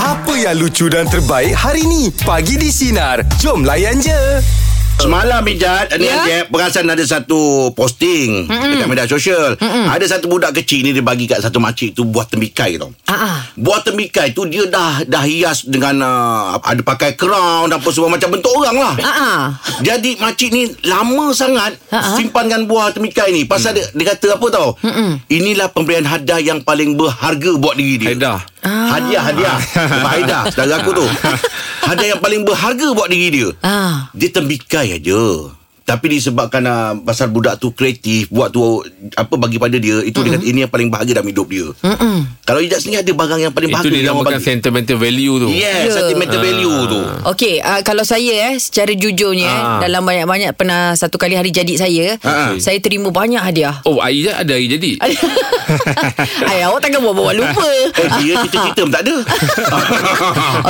Apa yang lucu dan terbaik hari ni? Pagi di Sinar. Jom layan je. Semalam Mijat Ni Ya? yeah. Perasan ada satu posting Mm-mm. Dekat media sosial Mm-mm. Ada satu budak kecil ni Dia bagi kat satu makcik tu Buah tembikai tau Ah, ah. Buah tembikai tu Dia dah dah hias dengan uh, Ada pakai crown Apa semua Macam bentuk orang lah Ah, ah. Jadi makcik ni lama sangat Ha-ha. simpankan buah temikai ni. Pasal dia, dia kata apa tau? Mm. Mm-mm. Inilah pemberian hadiah yang paling berharga buat diri dia. Hadiah. Ah. Hadiah, hadiah. Sebab hadiah, saudara aku tu. hadiah yang paling berharga buat diri dia. Ah. Dia tembikai aja. Tapi disebabkan uh, pasal budak tu kreatif, buat tu apa bagi pada dia, itu mm-hmm. dia kata ini yang paling bahagia dalam hidup dia. Mm-mm. Kalau Ijaz ni ada barang yang Itu paling bahagia yang dinamakan orang bagi. sentimental value tu. Ya. Yes, sentimental value tu. Okey, uh, kalau saya eh secara jujurnya eh Ah. dalam banyak-banyak pernah satu kali hari jadi saya, Ah, ah. saya terima banyak hadiah. Oh, air je- ada air jadi. Ay, awak takkan buat-buat lupa. Eh, dia cerita-cerita pun tak ada.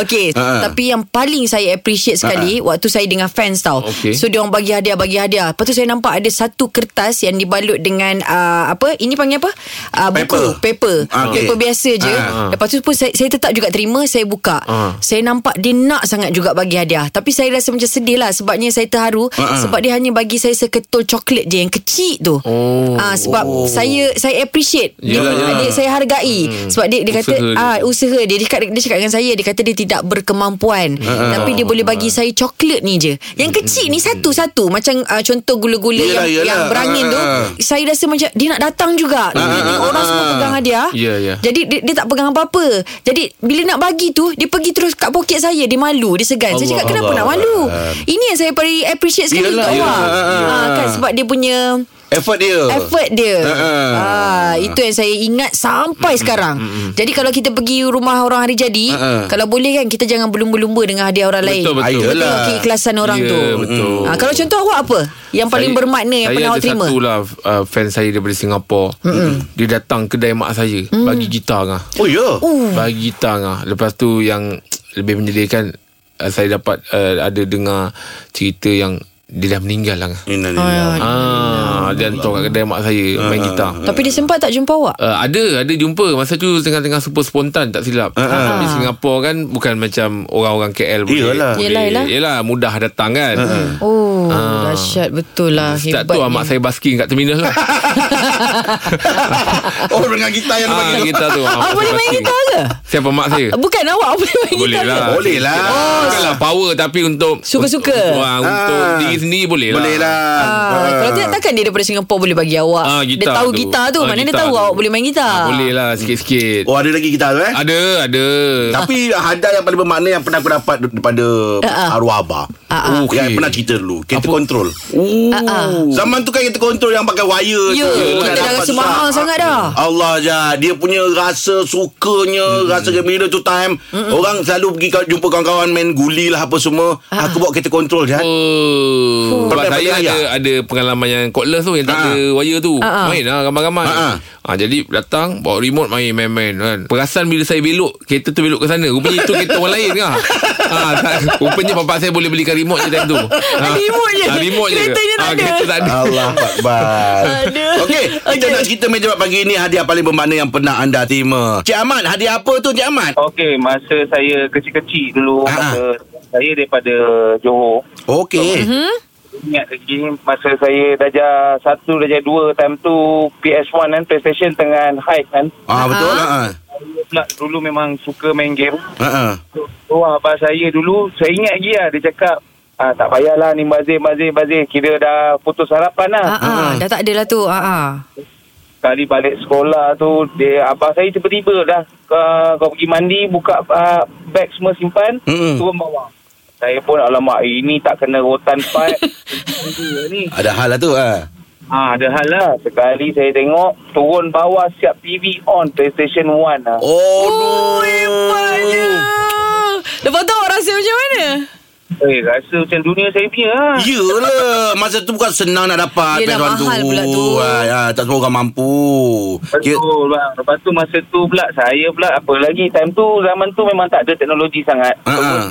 Okey, Ah, ah. tapi yang paling saya appreciate Ha. sekali waktu saya dengan fans tau. Okey. So dia orang bagi hadiah bagi hadiah. Lepas tu saya nampak ada satu kertas yang dibalut dengan uh, apa? Ini panggil apa? Uh, buku, Paper. paper. Ah, okey. Paper biasa je. Ah. Lepas tu pun saya, saya tetap juga terima, saya buka. Ah. Saya nampak dia nak sangat juga bagi hadiah. Tapi saya rasa macam sedih lah sebabnya saya terharu Ah, ah. sebab dia hanya bagi saya seketul coklat je yang kecil tu. Oh. Ah, sebab saya saya appreciate. Dia, Yalah, yalah. dia- saya hargai Hmm. sebab dia dia kata Usaha dia. ah usaha dia dia cakap, dia cakap dengan saya dia kata dia tidak berkemampuan tapi dia boleh bagi saya coklat ni je yang kecil ni satu-satu macam uh, contoh gula-gula Yelah, yang yelah. yang berangin tu Ah. saya rasa macam dia nak datang juga dia tengok orang semua pegang hadiah Ya, ya. jadi dia, dia tak pegang apa-apa jadi bila nak bagi tu dia pergi terus kat poket saya dia malu dia segan saya Allah, cakap kenapa Allah. nak malu ini yang saya paling appreciate sekali Yelah, untuk yelah. awak Ah, ah. Ah, kan sebab dia punya Effort dia. effort dia. Uh-uh. Ah, itu yang saya ingat sampai sekarang. Jadi kalau kita pergi rumah orang hari jadi, Uh-uh. kalau boleh kan kita jangan berlumba-lumba dengan hadiah orang lain. Betul, betul. Ayolah. Tengok keikhlasan orang Ya, tu. betul. Ah, kalau contoh awak apa? Yang paling Saya- bermakna yang pernah awak terima? Saya ada satu lah uh, fan saya daripada Singapura. Mm-mm. Dia datang kedai mak saya mm. bagi gitar ngah. Oh ya. Yeah. Uh, Bagi gitar ngah. Lepas tu yang lebih menyedihkan uh, saya dapat uh, ada dengar cerita yang dia dah meninggal lah ngah. Innalillah. Ah, dia hantar kat kedai mak saya main gitar. tapi dia sempat tak jumpa awak? Uh, ada ada jumpa masa tu tengah-tengah super spontan tak silap. Uh, Ah. Tapi Singapura kan bukan macam orang-orang KL boleh. Yelah. boleh- Yelah, yelah. Yelah mudah datang kan. ah. Uh. Oh, Ah. dahsyat betul lah hebat. Tak tu amat saya basking kat terminal lah. Oh dengan gitar yang ah, bagi. kita tu. Awak boleh main gitar ke? Siapa mak saya? Bukan awak boleh main Ya. Boleh gitar ke? lah. Boleh lah. Oh, Bukanlah power tapi untuk Suka-suka. Untuk, ah, untuk Ah. diri sendiri boleh lah. Boleh lah. Ah, kalau tidak takkan dia daripada Singapura boleh bagi awak. Ah, dia gitar tahu tu. gitar tu. Ah, Mana dia gitar tahu tu. awak boleh main gitar? Ah, boleh lah sikit-sikit. Oh ada lagi gitar tu eh? Ada, ada. Tapi hadiah yang paling bermakna yang pernah aku dapat daripada Ah, ah. arwah abah. ah. Yang Okey. pernah cerita dulu. Kereta Apa? kontrol. Zaman tu kan kereta kontrol yang pakai wire Ya, tu. kita dah rasa mahal sangat dah. Ah. Allah je. Dia punya rasa sukanya, rasa gembira tu time. Orang selalu pergi kau- jumpa kawan-kawan main guli lah apa semua. Ah. Aku bawa kereta kontrol je. Oh, sebab Pakai saya pakai ada ayah. ada pengalaman yang cordless tu yang tak Ha. ada wire tu. Ha, ha. Main lah ramai-ramai. Ha, ha. Ha, jadi datang bawa remote main main-main kan. Perasan bila saya belok kereta tu belok ke sana. Rupanya itu kereta orang lain kan. Ha, tak- rupanya bapak saya boleh belikan remote je time tu. Ha, Remote je. Ha, remote je. Keretanya tak Ah, ada. Kereta tak ada. Allah Akbar Aduh. Okey Kita Okey. nak cerita meja bulat pagi ni Hadiah paling bermakna yang pernah anda terima Cik Ahmad Hadiah apa tu Cik Ahmad? Okey, masa saya kecil-kecil dulu, Ha. masa saya daripada Johor. Okey Mhm. Ingat lagi masa saya darjah satu, darjah dua time tu PS1 kan, PlayStation tengah high kan. Ah Betul Ah. ha. Saya pula dulu memang suka main game. Ha. Ha. So abah saya dulu, saya ingat lagi lah dia cakap, ah, tak payahlah ni bazir, bazir, bazir. Kira dah putus harapan lah. Ah, ah, dah tak ada lah tu. Ah, ah. Kali balik sekolah tu, dia abah saya tiba-tiba dah uh, kau pergi mandi, buka uh, beg semua simpan, Mm-mm. turun bawah. Saya pun alamak ini tak kena rotan pipe. ni. Ada hal lah tu ha. Ah, ada hal lah. Sekali saya tengok turun bawah siap TV on PlayStation 1 lah. Oh. Oh Oh, hebatnya. no Lepas tu awak rasa macam mana? Eh, rasa macam dunia saya punya lah. Yelah Masa tu bukan senang nak dapat Yelah, PS1 mahal pula tu. Ah, ah, Tak semua orang mampu Kira- Betul bang. Lepas tu masa tu pula Saya pula apa lagi Time tu zaman tu memang tak ada teknologi sangat Ha, ha. uh-huh.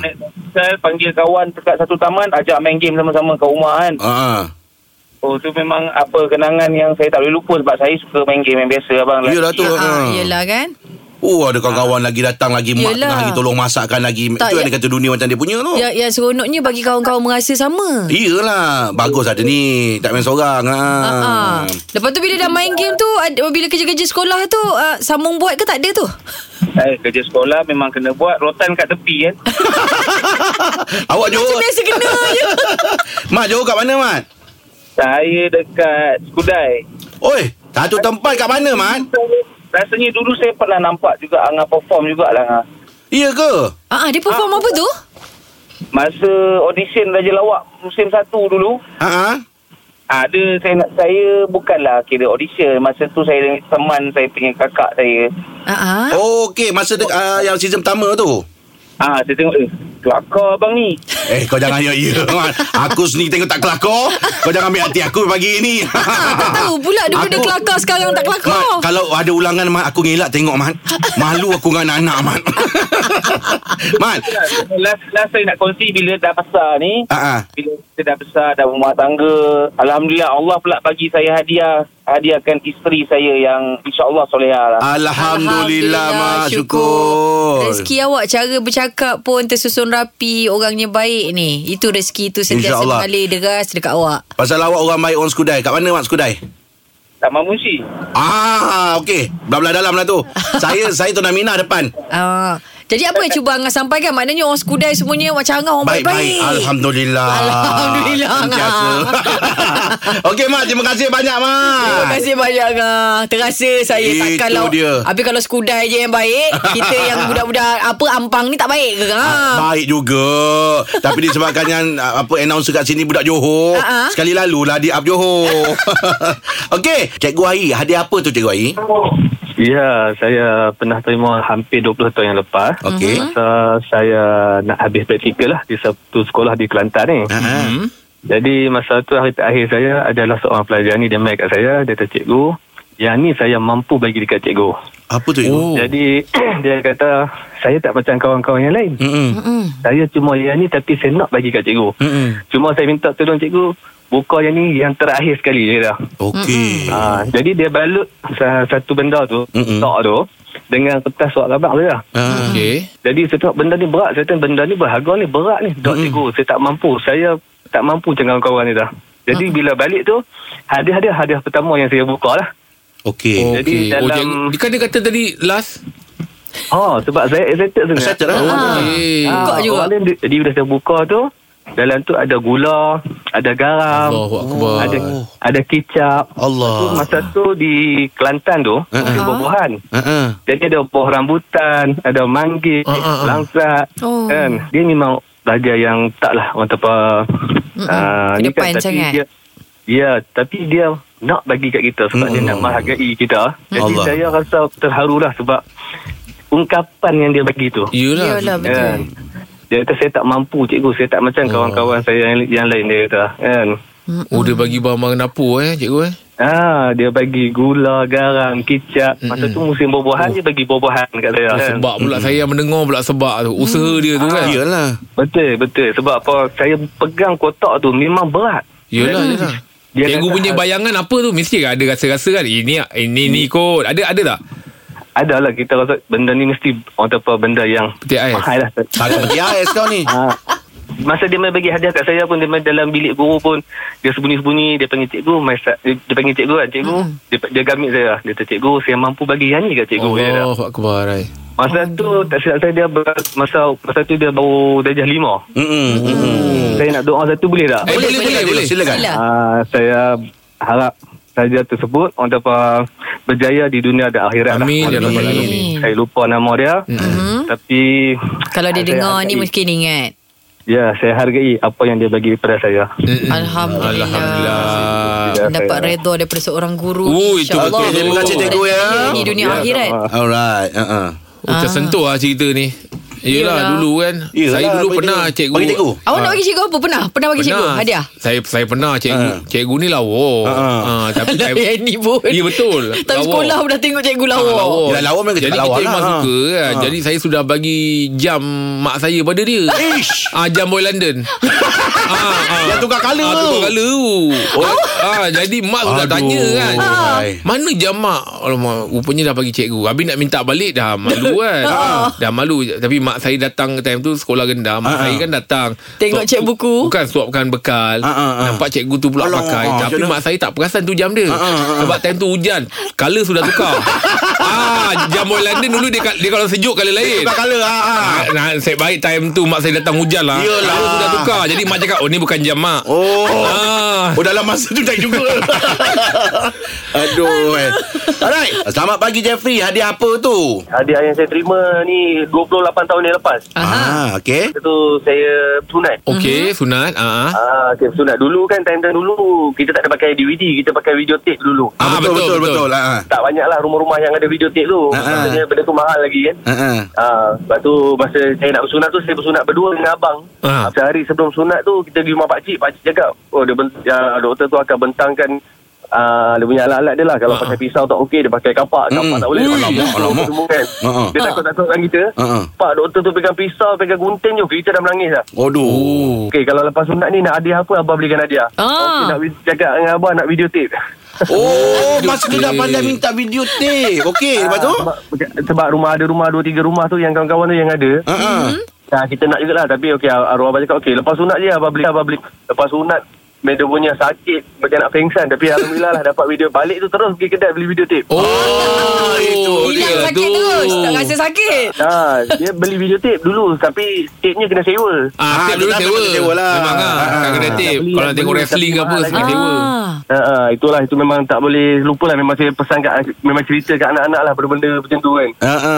Saya panggil kawan dekat satu taman Ajak main game sama-sama kat rumah kan Ha. ha. Oh tu memang apa kenangan yang saya tak boleh lupa Sebab saya suka main game yang biasa abang lah. Yelah tu Ah, ah, ha. yelah kan? Oh ada kawan-kawan lagi datang lagi Yelah. Mak tengah lagi tolong masakkan lagi Tak, Itu yang ya- dia kata dunia macam dia punya tu Ya, yang seronoknya bagi kawan-kawan merasa sama. Iyalah Bagus ada ni Tak main seorang ha. Ah. Lepas tu bila dah main game tu ada- Bila kerja-kerja sekolah tu uh, Sambung buat ke tak ada tu Eh, kerja sekolah memang kena buat rotan kat tepi kan. Awak Macam Johor biasa kena je Mat Johor kat mana Mat? Saya dekat Skudai. Oi Satu tempat kat mana Mat? Rasanya dulu saya pernah nampak juga Angah perform jugalah Angah. Iya ke? Ah, ah, Dia perform apa tu? Masa audition Raja Lawak musim satu dulu, Ha ada saya nak saya bukanlah kira audition. Masa tu saya teman saya punya kakak saya. Ah, ah. Oh okey masa dek, uh, yang season pertama tu. Ah, saya tengok eh, kelakar abang ni. Eh kau jangan ya ya Mat. Aku sendiri tengok tak kelakar. Kau jangan ambil hati aku pagi ni. Ah, tak tahu pula dia benda Aku- kelakar sekarang tak Mat, kelakar. kalau ada ulangan Mat Aku ngelak tengok Mat Malu aku dengan anak-anak Mat Mat Last, last saya nak kongsi bila dah besar ni. Ah, ah. Bila kita dah besar, dah berumah tangga. Alhamdulillah Allah pula bagi saya hadiah. Hadiahkan isteri saya yang insyaAllah soleha lah. Ah. Alhamdulillah Mat Syukur Rezeki awak cara bercakap pun tersusun rapi, orangnya baik ni. Itu rezeki tu sentiasa InsyaAllah. mengalir deras dekat awak. Pasal awak orang baik orang Skudai Kat mana Mat Skudai? Taman Munshi. Ah, okey. Belah-belah dalam lah tu. saya saya tu Namina depan. Ah. Jadi apa yang cuba Angah sampaikan? Maknanya orang sekudai semuanya macam Angah orang Baik-baik. Oh, baik-baik. Alhamdulillah. Alhamdulillah, Sentiasa. Angah. okey, Mat. Terima kasih banyak, Mat. Terima kasih banyak Angah. Terasa saya Itu takkanlah. dia. Habis kalau sekudai je yang baik, kita yang budak-budak apa ampang ni tak baik ke? Ha. Angah? Baik juga Tapi disebabkan yang ah, Apa announcer kat sini Budak Johor Ah, ah. Sekali lalu lah Di up Johor Okey Cikgu Ahi Hadiah apa tu Cikgu Ahi? Ya, saya pernah terima hampir 20 tahun yang lepas. Okey. Masa saya nak habis praktikal lah di satu sekolah di Kelantan ni. Ah, ah. Jadi masa tu hari terakhir saya adalah seorang pelajar ni dia mail kat saya, dia kata cikgu, yang ni saya mampu bagi dekat cikgu. Apa tu Cikgu? Oh. Jadi dia kata saya tak macam kawan-kawan yang lain. Mm-mm. Saya cuma yang ni tapi saya nak bagi kat cikgu. Mm-mm. Cuma saya minta tolong cikgu buka yang ni yang terakhir sekali dia dah. Okey Ha, jadi dia balut sa- satu benda tu, Mm-mm. tok tu dengan kertas surat khabar dia. Ah. Okey. Jadi saya tengok benda ni berat, saya tengok benda ni berharga ni berat ni. Dok cikgu, saya tak mampu. Saya tak mampu dengan kawan ni dah. Jadi bila balik tu, hadiah-hadiah hadiah pertama yang saya buka lah. Okey Okey. Jadi oh, dalam- jangan, dia kan dia kata tadi last. Oh, Oh, sebab saya excited sebenarnya. Settle Ah. lah Okey. Buka juga. Orang lain, dia- jadi bila saya buka tu, dalam tu ada gula, ada garam, Allahu akbar. ada ada kicap. Ah. Allah. Tu, masa tu di Kelantan tu, Ha. uh-huh. buah-buahan. Ah, ah. Jadi ada buah rambutan, ada manggis, Ah, ah, ah. langsat. Oh. Kan? Dia memang raja yang taklah orang tak apa. ah, ni Ke depan sangat. Dia, ya, tapi dia nak bagi kat kita sebab dia nak menghargai kita. Jadi Allah. saya rasa terharulah sebab ungkapan yang dia bagi tu. Eh, Yelah. Yalah Ya, betul. Kan? Dia kata saya tak mampu cikgu, saya tak macam kawan-kawan saya yang, yang lain dia kata. Kan? Oh dia bagi barang-barang dapur eh cikgu eh. Ah, dia bagi gula, garam, kicap. Masa tu musim buah-buahan dia bagi buah-buahan kat saya. Oh, kan? sebab pula saya yang mendengar pula sebab tu. Usaha dia tu kan. Iyalah Betul, betul. Sebab apa saya pegang kotak tu memang berat. Yelah, yelah. Dia Cikgu kata- punya bayangan apa tu? Mesti ada rasa-rasa kan. Ini ini ni kot. Ada ada tak? Adalah kita rasa benda ni mesti orang kata apa benda yang Petik ais. mahal lah. Agak peti ais kau ni ha. Masa dia main bagi hadiah kat saya pun dia main dalam bilik guru pun dia sembunyi-sembunyi dia panggil cikgu my, sa- dia, dia panggil cikgu kan cikgu dia, dia gamit saya lah. dia kata cikgu saya mampu bagi yang ni kat Oh. cikgu dia kata. Allahu akbar. Eh, ai. masa tu tak silap saya dia ber, masa masa tu dia baru darjah lima Mm-mm. Mm-mm. saya nak doa satu boleh tak Eh, boleh, boleh, boleh. Silakan Sila. Ah, saya harap saja tersebut orang apa berjaya di dunia dan akhirat lah. Amin, ya Orang Rabbal apa- Alamin. Saya lupa nama dia. Tapi Mm-hmm. Kalau dia saya dengar hargai. ni mungkin ingat. Ya, saya hargai apa yang dia bagi kepada saya. Mm-mm. Alhamdulillah. Alhamdulillah. Ya, Dapat saya- redha daripada seorang guru. Oh, itu InsyaAllah. betul. Terima Ah. kasih, cikgu, ya. Ini dunia Ya, akhirat. sama. Alright uh-uh. Oh, tersentuh lah cerita ni. Yelah, Ah. Yelah. dulu kan Yelah, Yelah, Saya dulu bagi pernah cikgu. cikgu Bagi cikgu? Awak Ah. nak bagi cikgu apa? Pernah? Pernah bagi cikgu hadiah? Saya saya pernah cikgu. Ah. Cikgu ni lawa. Ah, ah. Ah, tapi Alah, saya yang ni pun. Ya betul. Tapi Lawa. sekolah pun dah tengok cikgu lawa. Ah, lawa. Yelah, lawa memang Jadi cakap kita lawa lah, memang ha. suka kan. Jadi saya sudah bagi jam mak saya pada dia. Ish. Ah jam boy London. ah, ah. Yang tukar colour Ah, tu. tukar colour. Oh. Ah, jadi mak sudah Aduh. tanya kan. Hai. Mana jam mak? Alamak, rupanya dah bagi cikgu. Habis nak minta balik dah malu kan. Dah malu. Tapi mak saya datang time tu sekolah rendah. Mak Oh. Ah, ah. saya kan datang. Tengok Suap- cek buku. Bukan suapkan bekal. Ah, ah, ah. Nampak cikgu tu pula Alamak, pakai. macam Tapi mana? mak saya tak perasan tu jam dia. Sebab time tu hujan. Colour sudah tukar. ah, jam boy London dulu dia, dia kalau sejuk colour lain. Tukar colour ha, ha. Ah, nah, saya baik time tu mak saya datang hujan lah. Yelah. Colour sudah tukar. Jadi mak cakap, oh ni bukan jam mak. Oh Ah. Oh dalam masa tu tak juga Aduh eh. Alright Selamat pagi Jeffrey Hadiah apa tu? Hadiah yang saya terima ni 28 tahun yang lepas. Aha. Ah, okay Itu saya sunat. Mhm. Okey, sunat. Ah, ah. Ah, okay, sunat dulu kan time-time dulu kita tak ada pakai DVD, kita pakai videotape dulu. Ah, betul, betul, betul, betul. Ha. Tak banyak lah rumah-rumah yang ada videotape tu. Ah, ah. Maksudnya benda tu mahal lagi kan. Ha. ha. Ah, lepas tu masa saya nak bersunat tu saya bersunat berdua dengan abang. Ah. Sehari sebelum sunat tu kita pergi rumah pak cik, pak cik cakap, "Oh, dia bent- ah, doktor tu akan bentangkan ah, dia punya alat-alat dia lah Kalau Ah. pakai pisau tak okey Dia pakai kapak Kapak Hmm. tak boleh Ui. Alamak, Alamak. Semua kan Ah. Dia takut-takutkan kita Ah. Pak doktor tu pegang pisau Pegang gunting je Kita dah menangis dah Aduh Oh. Okey, kalau lepas sunat ni nak hadiah apa, abang belikan hadiah. Ah. Okey, nak wi- cakap dengan abang nak videotape. Ah. Oh Masa tu dah tape. pandai minta video tape Ah, Okay lepas tu Sebab, sebab rumah ada rumah, dua tiga rumah tu yang kawan-kawan tu yang ada. Ha. ha. Nah, kita nak jugalah tapi okey arwah abang cakap okey lepas sunat je abang beli abang beli lepas sunat Medo punya sakit macam nak pengsan tapi alhamdulillah lah dapat video balik tu terus pergi kedai beli video tape. Oh, Hilang itu dia sakit tu. terus. Tak rasa sakit. Ha, dia beli video tape dulu tapi tape-nya kena sewa. Ah, Ah, tip dulu tetap sewa. kena sewa lah. Memang ah, Ah. kena tip. Beli, Kalau beli, tengok tapi wrestling ke apa, mahal kena lagi. sewa. Ah. Ha, ha, itulah itu memang tak boleh lupa lah memang saya pesan kat memang cerita kat anak-anak lah benda-benda macam tu kan. Ha. ha.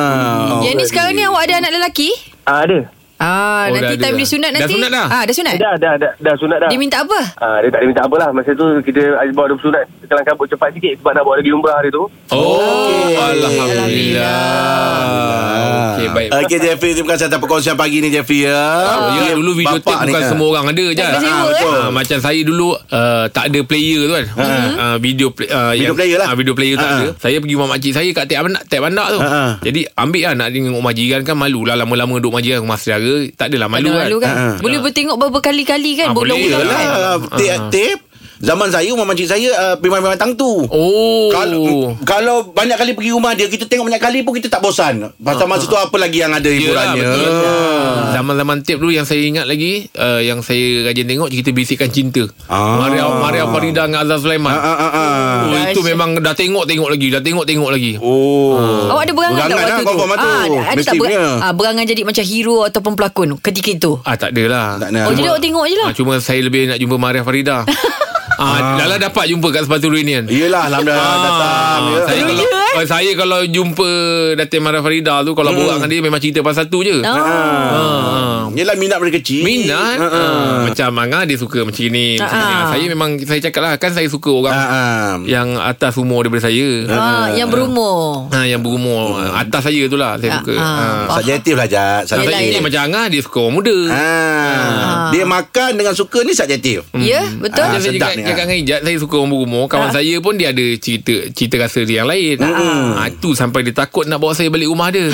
Yang ni sekarang ni awak ada anak lelaki? Ah ha, ada. Ah, Oh, nanti dah ada time dah. dia sunat Dah nanti. sunat dah? Ah, dah sunat. Dah, dah, dah, dah sunat dah. Dia minta apa? Ah, dia tak ada minta apalah. Masa tu kita bawa dia bersunat. Kelang kabut cepat sikit sebab nak bawa dia pergi umrah hari tu. Oh, Alhamdulillah. Alhamdulillah. Ah, Okey, baik. Ah. Okey Jeffrey Terima kasih atas perkongsian pagi ni Jeffrey ya Oh, ya, Okey, dulu video bapak tape ni, bukan ha. semua orang ada je. Dah kena sewa, Ah, eh? betul. Ah, macam saya dulu uh, tak ada player tu kan. Ah, video play, ah, Ha, Video yang- player lah. ah, video player tak Ah. ada. Saya pergi rumah makcik saya kat Tek Bandak, Tek Bandak tu. Ah, ah. Jadi ambil lah nak tengok rumah jiran kan malu lah lama-lama duduk rumah jiran rumah saudara. Tak adalah malu Malu, kan. malu kan? Ah, ah. Boleh bertengok berkali-kali kan? Ah, boleh Berulang-ulang lah. kan? Yalah, tape, tape. Zaman saya rumah makcik saya uh, memang-memang tang tu. Oh. Kalau, kalau banyak kali pergi rumah dia Kita tengok banyak kali pun Kita tak bosan Pasal masa tu Apa lagi yang ada Ah, Yelah, hiburannya Ya, Ha. betul. Zaman-zaman tape dulu yang saya ingat lagi uh, Yang saya rajin tengok Cerita Bisikan Cinta Ah. Maria, Maria Farida dengan Azhar Sulaiman Ah, ah, ah, ah. Oh, itu memang dah tengok-tengok lagi Dah tengok-tengok lagi Oh Awak ada berangan, tak lah, waktu tu? Ah, Confirm lah tu ada- ada tak Mesti punya berangan, ah, berangan jadi macam hero ataupun pelakon ketika itu? Ah tak adalah. Tak ada. Oh, jadi Cuma- awak tengok je lah. Ah, cuma saya lebih nak jumpa Maria Farida. ah, dah lah dapat jumpa kat Sepatu Reunion. Yelah Alhamdulillah Ah. datang ya. saya Oh, kalau, eh? saya kalau jumpa Datin Maria Farida tu Hmm. kalau borak dengan dia memang cerita pasal tu je. Ah. Ah. Yelah minat dari kecil Minat Ah, ah. uh, Macam Angah dia suka macam ni Ah, macam ni. ah. Saya memang Saya cakap lah Kan saya suka orang Ah, ah. Yang atas umur daripada saya Ah, yang berumur. ha, Yang berumur Atas saya tu lah Ah, Saya suka ah. ha. Subjektif lah Jad Saya Yelah, ni yelah. macam Angah Dia suka orang muda Ah. Dia makan dengan suka ni subjektif Hmm. Ya, betul? Ah, Macam saya sedap cakap, ni, cakap ah. dengan Ijat Saya suka orang berumur Kawan saya pun dia ada cerita Cerita rasa dia yang lain Hmm. ha, Itu sampai dia takut Nak bawa saya balik rumah dia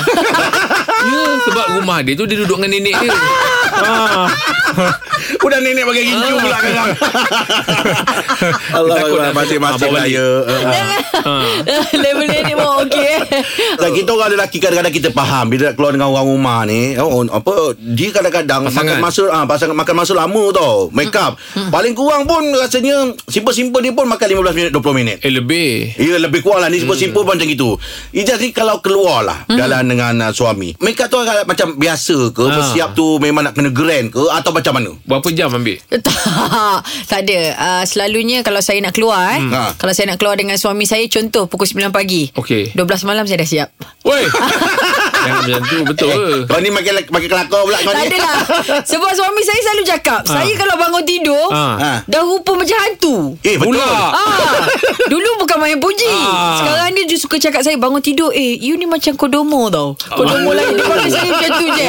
Ya sebab rumah dia tu Dia duduk dengan nenek dia Udah nenek pakai gincu pula sekarang Allah Takut Allah nak- Masih-masih Ah, bawa balik. saya Ah. Level ni memang okey eh. Dan kita orang lelaki kadang-kadang kita faham bila nak keluar dengan orang rumah ni oh, apa dia kadang-kadang Pasangan. makan masa ah pasangan makan masa lama tau make up. Hmm, Paling kurang pun rasanya simple-simple ni pun makan 15 minit 20 minit. Eh lebih Ya lebih kurang lah Ni simple-simple Hmm. pun macam gitu Ijaz ni kalau keluar lah Hmm. Jalan dengan uh, suami Make up tu agak macam biasa ke Ah. Bersiap tu memang nak kena grand ke Atau macam macam mana? Berapa jam ambil? Tak, tak ada. Uh, selalunya kalau saya nak keluar eh, Ha. hmm. kalau saya nak keluar dengan suami saya contoh pukul 9 pagi. Okey. 12 malam saya dah siap. Woi. Jangan macam tu betul ke? Eh, Kau ni makin makin kelakar pula kau Tak ni. adalah. Sebab suami saya selalu cakap, ha. Ah. saya kalau bangun tidur, ha. Ha. Ha. dah rupa macam hantu. Eh betul. Pula. Ah, dulu bukan main puji. Ah. Sekarang dia just suka cakap saya bangun tidur, eh you ni macam kodomo tau. Kodomo lain dia panggil saya macam tu je.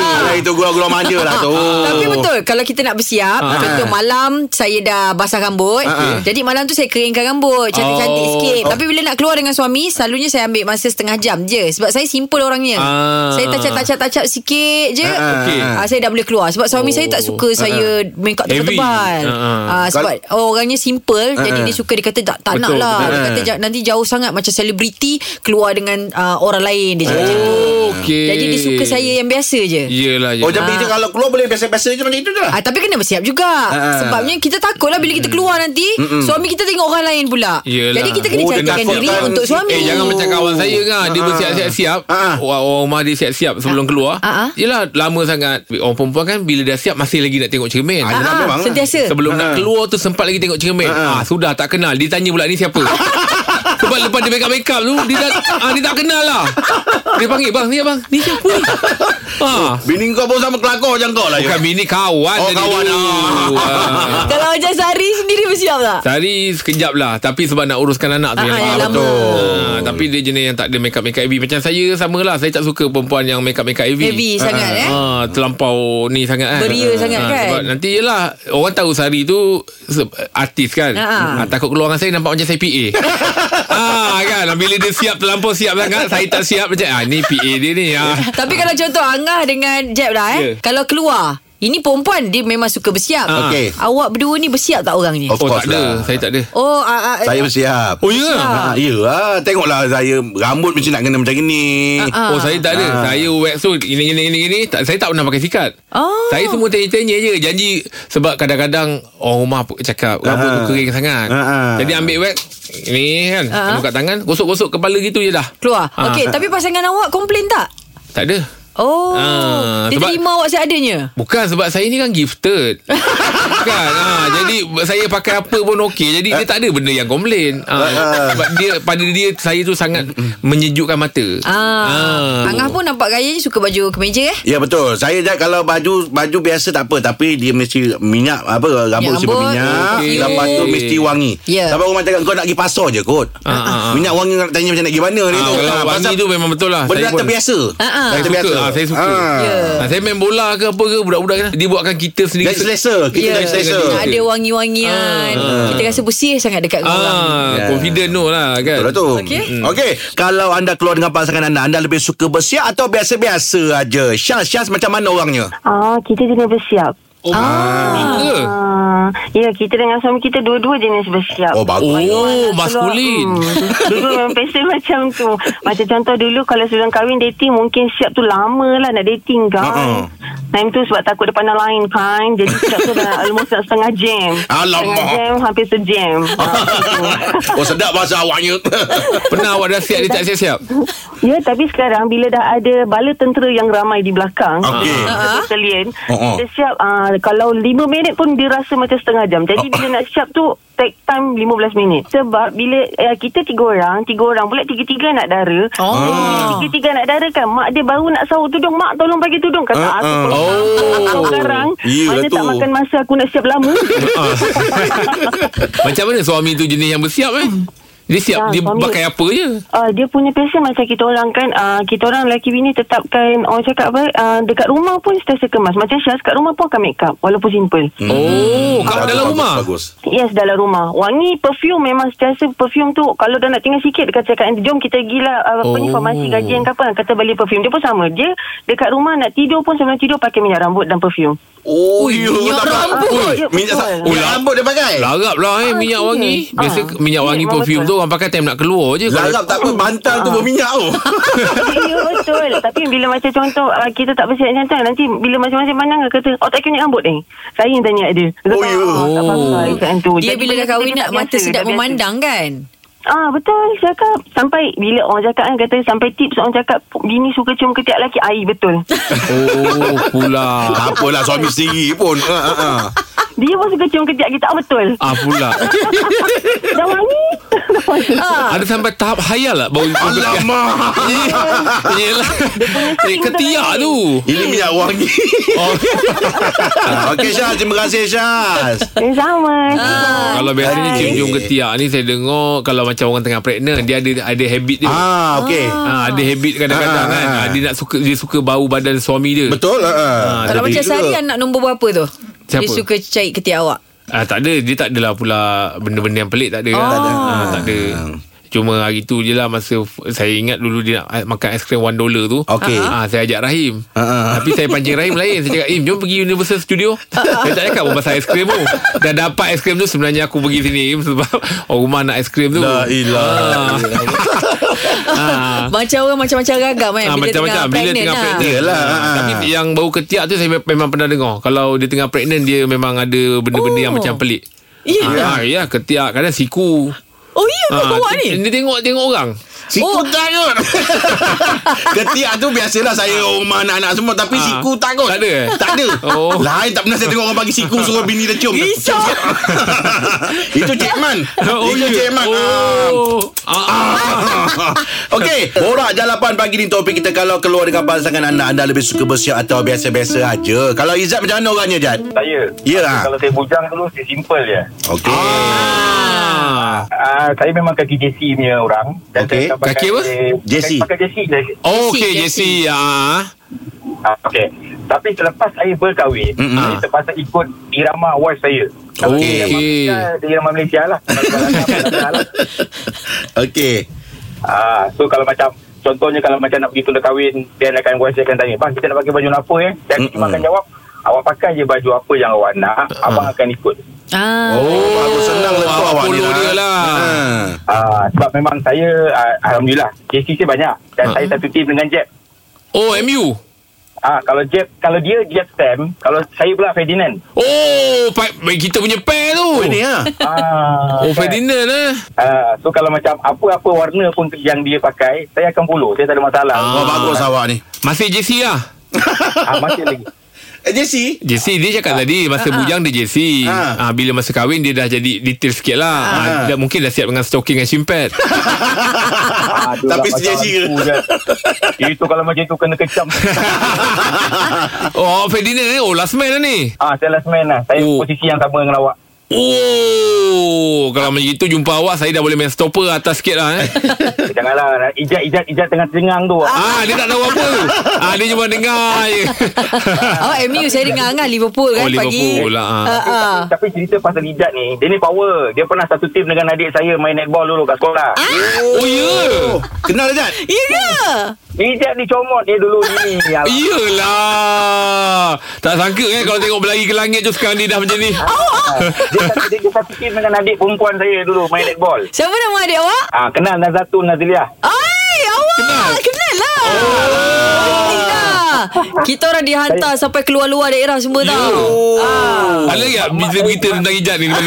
Alah Ah, itu gurau-gurau manja lah tu. Tapi betul Kalau kita nak bersiap Ah. Contoh malam Saya dah basah rambut Ah. Jadi malam tu saya keringkan rambut Cantik-cantik Oh. sikit Tapi bila nak keluar dengan suami Selalunya saya ambil masa setengah jam je Sebab saya simple orangnya Ah. Saya touch-up-touch-up sikit je Ah, ah, Okey. ah, Saya dah boleh keluar Sebab suami Oh. Ah, saya tak suka Saya make up Heavy. tebal-tebal Ah, ah. Ah, Sebab orangnya simple Jadi Ah, ah. dia suka Dia kata tak, tak nak Betul, lah betul. Ah. Dia kata "Ja- nanti jauh sangat Macam selebriti Keluar dengan ah, orang lain Dia Oh. cakap macam tu Okey. Jadi dia suka saya yang biasa je Yelah je. Oh jadi dia kalau keluar boleh biasa-biasa je macam itu je lah. Ah, tapi kena bersiap juga Ah. Sebabnya kita takutlah Bila kita keluar nanti Suami kita tengok orang lain pula Yelah. Jadi kita kena Oh, dia jadikan takutkan. diri Untuk suami Eh jangan macam kawan saya kan Dia bersiap-siap-siap Ah. Orang orang rumah dia siap-siap sebelum keluar Ah, ah. Yelah lama sangat Orang perempuan kan Bila dah siap Masih lagi nak tengok cermin Ah, yelah, Ah, memang lah. Sentiasa Sebelum nak Ah. keluar tu Sempat lagi tengok cermin Ah, ah. ah, Sudah tak kenal Dia tanya pula ni siapa Sebab lepas dia make up make up tu Dia dah ah, Dia tak kenal lah Dia panggil bang ni abang Ni siapa ni ah. Bini kau pun sama kelakar macam kau lah. Bukan bini kawan Oh, tadi kawan. tu. Ah. Kalau macam Sari sendiri bersiap tak? Sehari sekejap lah Tapi sebab nak uruskan anak tu Ah, yang ah, lama. yang lama. Ah, Tapi dia jenis yang tak ada make up make up heavy Macam saya sama lah Saya tak suka perempuan yang make up make up heavy Heavy sangat, eh? ah, Terlampau ni sangat kan Beria sangat, kan? Sebab nanti yelah Orang tahu Sari tu se- Artis kan Ah. ah. Takut keluar dengan saya Nampak macam saya PA ah, kan Bila dia siap terlampau siap sangat Saya tak siap macam ah, Ni PA dia ni ah. Tapi kalau contoh Angah dengan Jeb lah eh Ya. Kalau keluar Ini perempuan Dia memang suka bersiap Ah. Okey. Awak berdua ni bersiap tak orangnya? Of Oh tak course ada lah. Saya tak ada Oh, ah, ah, Saya bersiap. Oh ya yeah. Ha, ya lah. Tengoklah saya rambut mesti nak kena macam ni. Ah. Oh saya tak ada Saya wax tu Gini gini gini gini tak, Saya tak pernah pakai sikat Oh. Saya semua tanya-tanya je Janji Sebab kadang-kadang Orang rumah pu- cakap Rambut tu Ah. kering sangat Ah, ah. Jadi ambil wax Ni kan Ah, ah. Kena kat tangan Gosok-gosok kepala gitu je dah Keluar Ah, Okey, tapi pasangan awak komplain tak? Tak ada Oh Ah, Dia sebab- terima awak seadanya? Bukan sebab saya ni kan gifted Kan ha, Jadi saya pakai apa pun okey Jadi dia tak ada benda yang komplain ha, Sebab dia Pada dia Saya tu sangat Menyejukkan mata Ah. Ah. Angah pun nampak gayanya suka baju kemeja eh? Ya betul. Saya dah kalau baju baju biasa tak apa tapi dia mesti minyak apa rambut mesti Ya, rambut. berminyak. Okey. Okay. Lepas tu mesti wangi. Ya. Ha, Sampai orang cakap kau nak pergi pasar je kot. ah, ah. Minyak wangi nak tanya macam nak pergi mana ni Ah, tu. kalau Ah, wangi pasal tu memang betul lah Benda Saya pun- terbiasa. Ah, ah. Saya suka ah, Saya suka Ah. Ya. ah, Saya main bola ke apa ke Budak-budak kan Dia buatkan kita sendiri Dari selesa Kita Ya. dari selesa Nak ada wangi-wangian Kita rasa bersih sangat dekat dengan orang Ah, Ya. confident tu lah kan. Betul lah tu Okey. Mm. Okey Kalau anda keluar dengan pasangan anda Anda lebih suka bersiap Atau biasa-biasa aja Syaz Syaz macam mana orangnya Ah, kita kena bersiap. Oh, ah. Ah, ya, kita dengan suami kita dua-dua jenis bersiap. Oh bagus Oh, Keluar- maskulin. Hmm, dulu memang passion macam tu. Macam contoh dulu kalau sebelum kahwin dating mungkin siap tu lama lah nak dating kan. Uh-uh. Time tu sebab takut depan orang lain kan. Jadi siap tu dah almost nak setengah jam. Alamak. Setengah jam hampir sejam. Ah, macam tu. Oh sedap bahasa awaknya Pernah awak dah siap dia tak siap-siap? Ya, tapi sekarang bila dah ada bala tentera yang ramai di belakang, Okey. uh-huh. sekalian, Oh, oh. kita siap uh, kalau 5 minit pun dia rasa macam setengah jam. Jadi Uh-uh. bila nak siap tu take time 15 minit. Sebab bila uh, kita tiga orang, tiga orang pula tiga-tiga nak dara. Oh. Jadi Ah. Tiga-tiga nak dara kan, mak dia baru nak sahur tudung, mak tolong bagi tudung. Kata Ah, aku ah. kalau Oh. oh. sekarang, Yelah mana tak Ya lah tu. makan masa aku nak siap lama. Ah. Macam mana suami tu jenis yang bersiap eh? Dia siap Ah, dia suami- pakai apa je? Uh, dia punya passion macam kita orang kan uh, Kita orang lelaki bini tetapkan Orang cakap apa uh, Dekat rumah pun sentiasa kemas Macam Syaz kat rumah pun akan make up Walaupun simple hmm. Oh, kat Bagus, dalam bagus, rumah. Bagus Yes dalam rumah Wangi perfume memang sentiasa Perfume tu Kalau dah nak tinggal sikit Dekat cakap Jom kita gila uh, Apa ni Oh. formasi gajian ke apa Kata beli perfume Dia pun sama Dia dekat rumah nak tidur pun Sebelum tidur pakai minyak rambut dan perfume Oh you minyak tak apa. rambut. Ui, Ya, Minyak betul. sa- oh, rambut dia pakai Larap lah eh minyak Ah, wangi. serious? Biasa Ah. minyak wangi Memang perfume betul. tu orang pakai time nak keluar je. Kalau- Larap tak apa Bantal tu berminyak tu Ya betul Tapi bila macam contoh uh, Kita tak bersiap macam tu Nanti bila macam-macam pandang Kata oh tak kena rambut ni Saya yang tanya dia Dia kata, Oh, ya. "Ah, tak pakai macam tu. Dia Jadi bila dah benda tu kahwin dia nak tak mata biasa, sedap tak biasa. memandang kan Ah betul cakap sampai bila orang cakap kan kata sampai tips orang cakap bini suka cium ketiak lelaki air betul. Oh pula Tak apalah suami sendiri pun. Ha, ha, ha. Dia pun suka cium ketiak kita ah, betul. Ah pula Dah wangi. Dah wangi. Ada sampai tahap hayal lah Bau Alamak. Yelah Eh ketiak tu Ini minyak wangi. oh. Ah, Okey Syaz, terima kasih Syaz. Eh, sama. Ah. Oh, Kalau biasanya cium-cium ketiak ni Saya dengar Kalau macam orang tengah pregnant Dia ada ada habit dia ah. Ah, okey. ada habit kadang-kadang Ah. kan ah, Dia nak suka Dia suka bau badan suami dia Betul lah. eh. ah. Kalau Tapi macam juga- Sari anak nombor berapa tu? Dia Siapa? suka cari ketiak awak. Ah tak ada dia tak adalah pula benda-benda yang pelik tak ada. Oh. Ah tak ada. Cuma hari tu je lah masa f- saya ingat dulu dia nak makan aiskrim $1 tu. Okey. Ah saya ajak Rahim. Ah, ah. Tapi saya pancing Rahim lain. Saya cakap, "Im, jom pergi Universal Studio." saya tak cakap pun pasal aiskrim tu. Dah dapat aiskrim tu sebenarnya aku pergi sini Im sebab orang rumah nak aiskrim tu. La ilaha Ah. Macam orang macam-macam ragam kan. Ah, bila macam-macam tengah bila pregnant tengah lah. pregnant. Yelah, ah. Tapi yang bau ketiak tu saya memang pernah dengar. Kalau dia tengah pregnant dia memang ada benda-benda Oh. yang macam pelik. Ya. Ah, ya ketiak kadang siku. Oh iya kau bawa ni. Ah, Dia tengok tengok orang. Siku Oh. tak kot Ketiak tu biasalah Saya orang rumah anak-anak semua Tapi Ah. siku tak kot Tak ada, eh? Tak ada Oh. Lain tak pernah saya tengok orang bagi siku Suruh bini dia cium Risau. Itu Cik Man Itu ya. Cik Man Ah. Oh. Ah. ah. Okey, borak jalapan pagi ni topik kita kalau keluar dengan pasangan anda anda lebih suka bersiap atau biasa-biasa aja. Kalau Izzat macam mana orangnya, Jad? Saya Ya lah. Kalau saya bujang dulu Saya simple je Okey. Ah. Ah, saya memang kaki JC punya orang dan Okey. saya akan pakai Kaki apa? JC. Pakai JC saya. Oh, Jesse, okey Jesse. Jesse. Ah. Ah, Okey. Tapi selepas saya berkahwin, Mm-mm. saya terpaksa ikut irama wife saya. Kalau Okey. dia irama Malaysia, Dia irama Malaysia lah. Kalau kalau irama Malaysia lah. Okey. Ah, so kalau macam contohnya kalau macam nak pergi tunda kahwin, dia akan wife saya akan tanya, "Bang, kita nak pakai baju apa eh?" Dan mm cuma Mm-mm. akan jawab, "Awak pakai je baju apa yang awak nak, abang akan ikut." Ah. Oh, bagus senang letak awak awak ni. follow Nat. dia lah. Ah. Ah, sebab memang saya ah, alhamdulillah JC saya banyak dan saya satu team dengan Jeb. Ha. Oh, MU. Ah, kalau Jeb kalau dia Jeb Sam, kalau saya pula Ferdinand. Oh, pa- kita punya pair tu. Oh, ini ah. Ah, Oh, kan? Ferdinand eh. Ah, so kalau macam apa-apa warna pun yang dia pakai, saya akan follow. Saya tak ada masalah. Oh, bagus awak ni. Masih JC lah. Ah, masih lagi. Eh, Jesse. JC dia cakap tadi masa bujang dia JC. Ah. Ah. bila masa kahwin dia dah jadi detail sikit lah. Ah. dah, mungkin dah siap dengan stocking dan shin pad. Ah, tu Tapi lah sedia masalah sira. aku je. Itu kalau macam tu kena kecam. oh, Ferdinand ni oh last man lah ni. ah, saya last man lah. Saya Oh. posisi yang sama dengan awak. Oh, kalau macam itu jumpa awak saya dah boleh main stopper atas sikit lah eh. Janganlah ijat-ijat-ijat tengah tengang tu. Ah, dia tak tahu apa tu. Ah, dia cuma dengar je. Awak MU saya dengar Angah Liverpool kan Oh, Liverpool pagi. lah. Ah. ah. ah. Tapi cerita pasal ijat ni, dia ni power. Dia pernah satu tim dengan adik saya main netball dulu kat sekolah. Oh, ya. Oh, kenal Jad? Ya ke? Ijat dicomot dia dulu ni. Alah. Iyalah. Tak sangka kan kalau tengok berlari ke langit tu sekarang dia dah macam ni. dia, satu- dia, dia satu tim dengan adik perempuan saya dulu main netball. Siapa nama adik awak? Ah, kenal Nazatul Nazliah. Ai, awak kenal, kenal lah. Oh. Alhamdulillah. Kita orang dihantar sampai keluar-luar daerah semua Ya. tau. Ah. Ada lagi tak berita-berita tentang hijab ni?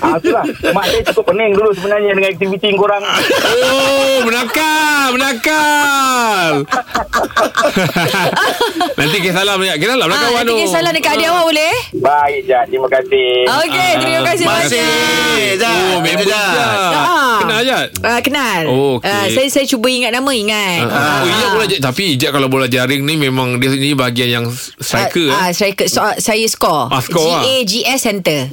Ah, itulah. Mak saya cukup pening dulu sebenarnya dengan aktiviti korang. Oh, menakal, menakal. Nanti kisah salam. Kisah salam lah Ah, kawan nanti tu. kisah salah dekat adik awak boleh? eh? Baik, Jad. Terima kasih. Ah, Okey, terima kasih Masih. banyak. Jad. Oh, member Jad. Ah. Kenal Jad? Ah, kenal. Okey. Ah, saya saya cuba ingat nama ingat. Ah. Oh, Ijat bola jaring. Tapi Ijat kalau bola jaring ni memang dia ni bahagian yang striker. Ah, ah eh. striker. So, ah, saya skor. Ah, skor lah. GAGS Center.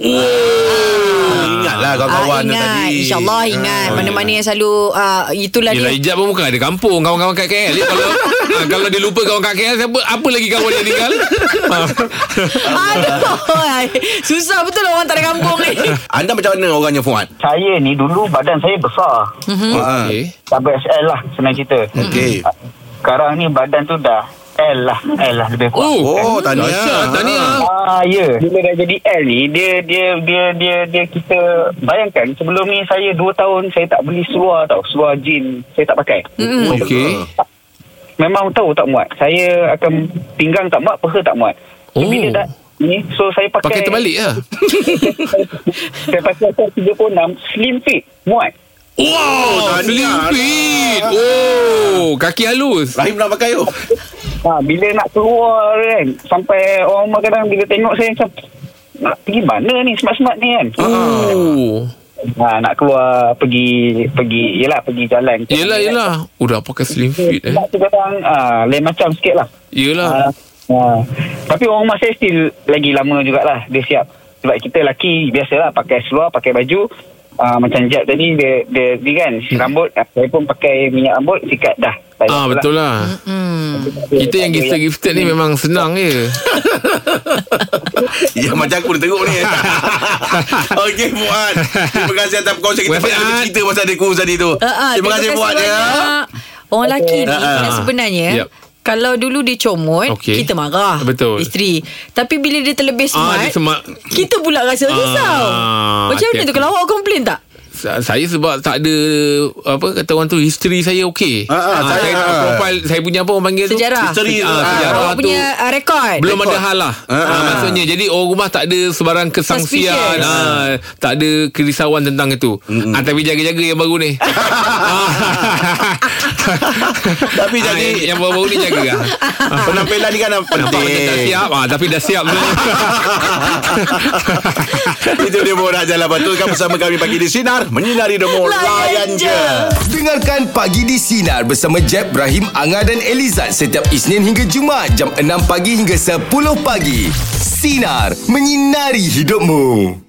Ingatlah Ah, kawan-kawan tu ingat. tadi. InsyaAllah ingat. Mana-mana yang selalu ah, itulah Ah, Yelah dia. Ijat pun bukan ada kampung Kawan-kawan kat KL dia Kalau ha, kalau dia lupa kawan kat KL siapa, Apa lagi kawan yang tinggal Ah, ha. Aduh. ai. Susah betul lah orang tak ada kampung ni. Anda macam mana orangnya Fuad? Saya ni dulu badan saya besar. Ah. okay. WSL lah senang cerita. Ah, Okey. Sekarang ni badan tu dah L lah. L lah lebih kurang. Oh, Ya, tahniah. Dahsyat, Tahniah Ah ya, bila dah jadi L ni dia dia dia dia dia kita bayangkan sebelum ni saya 2 tahun saya tak beli seluar tau, seluar jean saya tak pakai. Okey. Memang tahu tak muat. Saya akan pinggang tak muat, peha tak muat. So, Oh. Bila dah ni so saya ah. pakai Pakai terbalik lah Saya pakai size 36 slim fit muat. Wow, tahniah. selimpit. Oh, kaki halus. Rahim nak pakai tu Ha, bila nak keluar kan Sampai orang rumah kadang Bila tengok saya macam Nak pergi mana ni Smart-smart ni kan Oh. ha, Nak keluar Pergi Pergi Yelah pergi jalan Yelah, yelah. Oh, dah pakai slim fit eh. Tak tu kadang ha, Lain macam sikit lah Yelah. Ha, ha. Tapi orang rumah saya still Lagi lama jugalah Dia siap Sebab kita lelaki Biasalah pakai seluar Pakai baju ha, Macam Jeb tadi Dia, dia, dia kan hmm. Rambut ah, Saya pun pakai minyak rambut Sikat dah Tak Ah, payah betul lah. Kita yang gifted-gifted ni memang senang je. Ya macam aku dah teruk ni Okey Fuad Terima kasih atas perkongsian kita Terima kasih, Banyak Fuad. cerita pasal dekurs tadi tu Ah, ah, Terima kasih Fuad ya banyak. Orang lelaki ni Ah, ah. uh sebenarnya Yep. kalau dulu dia comot Okey. Kita marah Betul. Isteri Tapi bila dia terlebih smart, Ah, dia smart. Kita pula rasa risau Macam mana hati-hati. tu Kalau awak komplain tak? Sa- saya sebab tak ada apa kata orang tu history saya okey. Ah, ah, saya- saya ah. profile saya punya apa orang panggil tu? Sejarah. History tu. Ah, Ah, sejarah Awak tu. punya uh, rekod belum ada Rekod. halah. Ah, Ah, ah. maksudnya jadi orang rumah tak ada sebarang kesangsian. Suspicious. Ah, tak ada kerisauan tentang itu. Ah, tapi jaga-jaga yang baru ni. Ah. Ah, Tapi jadi- yang- yang baru-baru ni jaga. ah. Penampilan ni kan Nampak macam tak penting siap ah, Tapi dah siap sebenarnya. Itu dia Borak Jalan Patutkan bersama kami Pagi di Sinar Menyinari Demo Layan je Dengarkan Pagi di Sinar bersama Jeb, Ibrahim, Anga dan Elizad setiap Isnin hingga Jumaat jam 6 pagi hingga 10 pagi. Sinar. Menyinari hidupmu.